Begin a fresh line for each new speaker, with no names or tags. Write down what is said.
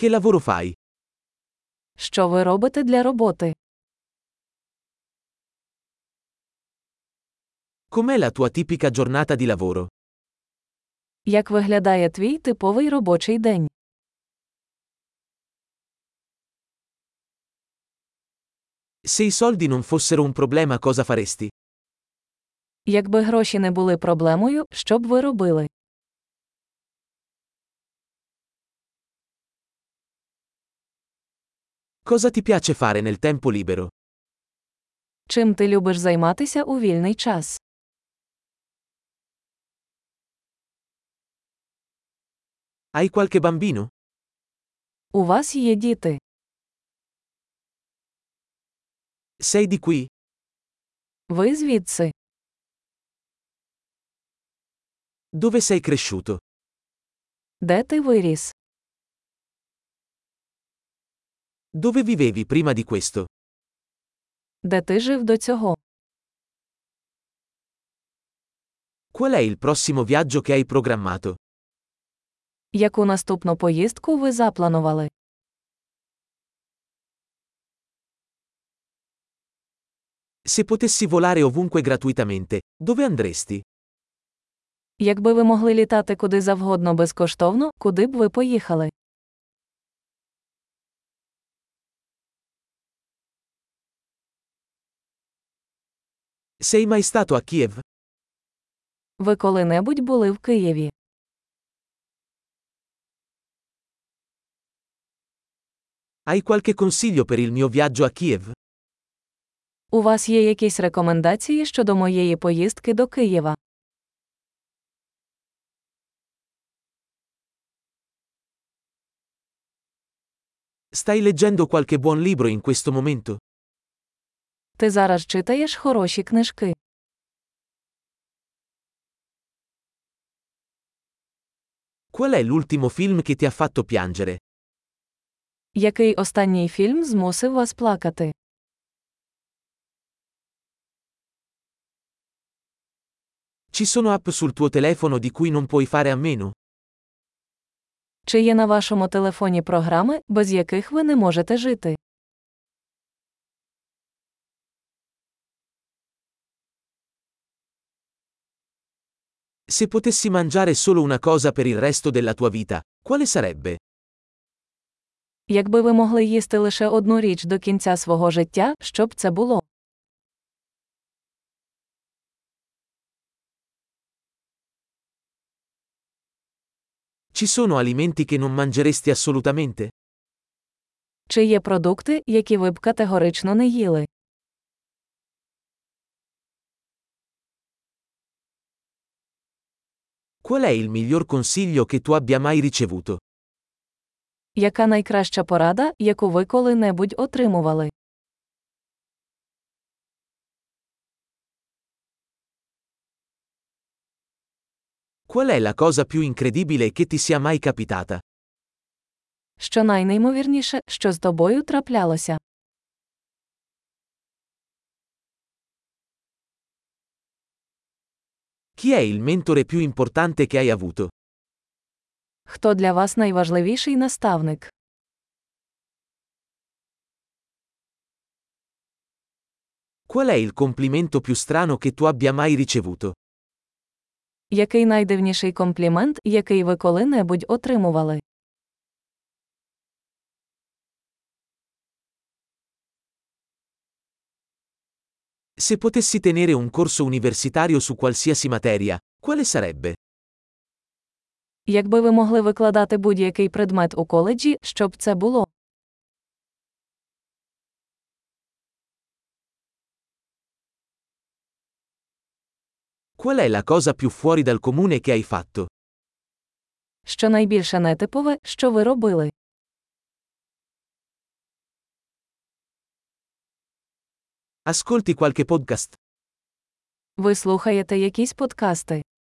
Che lavoro fai?
Що ви робите для роботи?
Com'è la tua tipica giornata di lavoro?
Як виглядає твій типовий робочий день?
Se i soldi non fossero un problema cosa faresti?
Якби гроші не були проблемою, що б ви робили?
Cosa ti piace fare nel tempo libero?
Чим ти любиш займатися у вільний час?
Hai qualche bambino?
У вас є діти.
Sei di qui?
Ви звідси?
Dove sei cresciuto?
Де ти виріс?
Dove vivevi prima di questo?
Де ти жив до цього?
Qual è il prossimo viaggio che hai programmato?
Яку наступну поїздку ви запланували?
Se potessi volare ovunque gratuitamente, dove andresti?
Якби ви могли літати куди завгодно безкоштовно, куди б ви поїхали?
Sei mai stato a Kiev?
Ви коли-небудь були в Києві?
Hai qualche consiglio per il mio viaggio a Kiev?
У вас є якісь рекомендації щодо моєї поїздки до Києва?
Stai leggendo qualche buon libro in questo momento?
Ти зараз читаєш хороші книжки.
Qual è l'ultimo film che ti ha fatto piangere?
Який останній фільм змусив вас плакати?
Ci sono app sul tuo telefono di cui non puoi fare a meno?
Чи є на вашому телефоні програми, без яких ви не можете жити?
Se potessi mangiare solo una cosa per il resto della tua vita, quale sarebbe?
Якби ви могли їсти лише одну річ до кінця свого життя, що б це було?
Ci sono alimenti che non mangeresti assolutamente?
Чи є продукти, які ви б категорично не їли?
Qual è il miglior consiglio che tu abbia mai ricevuto?
Яка найкраща порада, яку ви коли-небудь отримували?
Qual è la cosa più incredibile che ti sia mai capitata?
Що найнеймовірніше, що з тобою траплялося?
Chi è il mentore più importante che hai avuto?
Хто для вас найважливіший наставник?
Qual è il complimento più strano che tu abbia mai ricevuto?
Який найдивніший комплімент, який ви коли-небудь отримували?
Se potessi tenere un corso universitario su qualsiasi materia, quale sarebbe?
Якби ви могли викладати будь-який предмет у коледжі, щоб це було.
Qual è la cosa più fuori dal comune che hai fatto?
Що найбільше нетипове, що ви робили?
Ascolti qualche podcast?
Ви слухаєте якісь подкасти.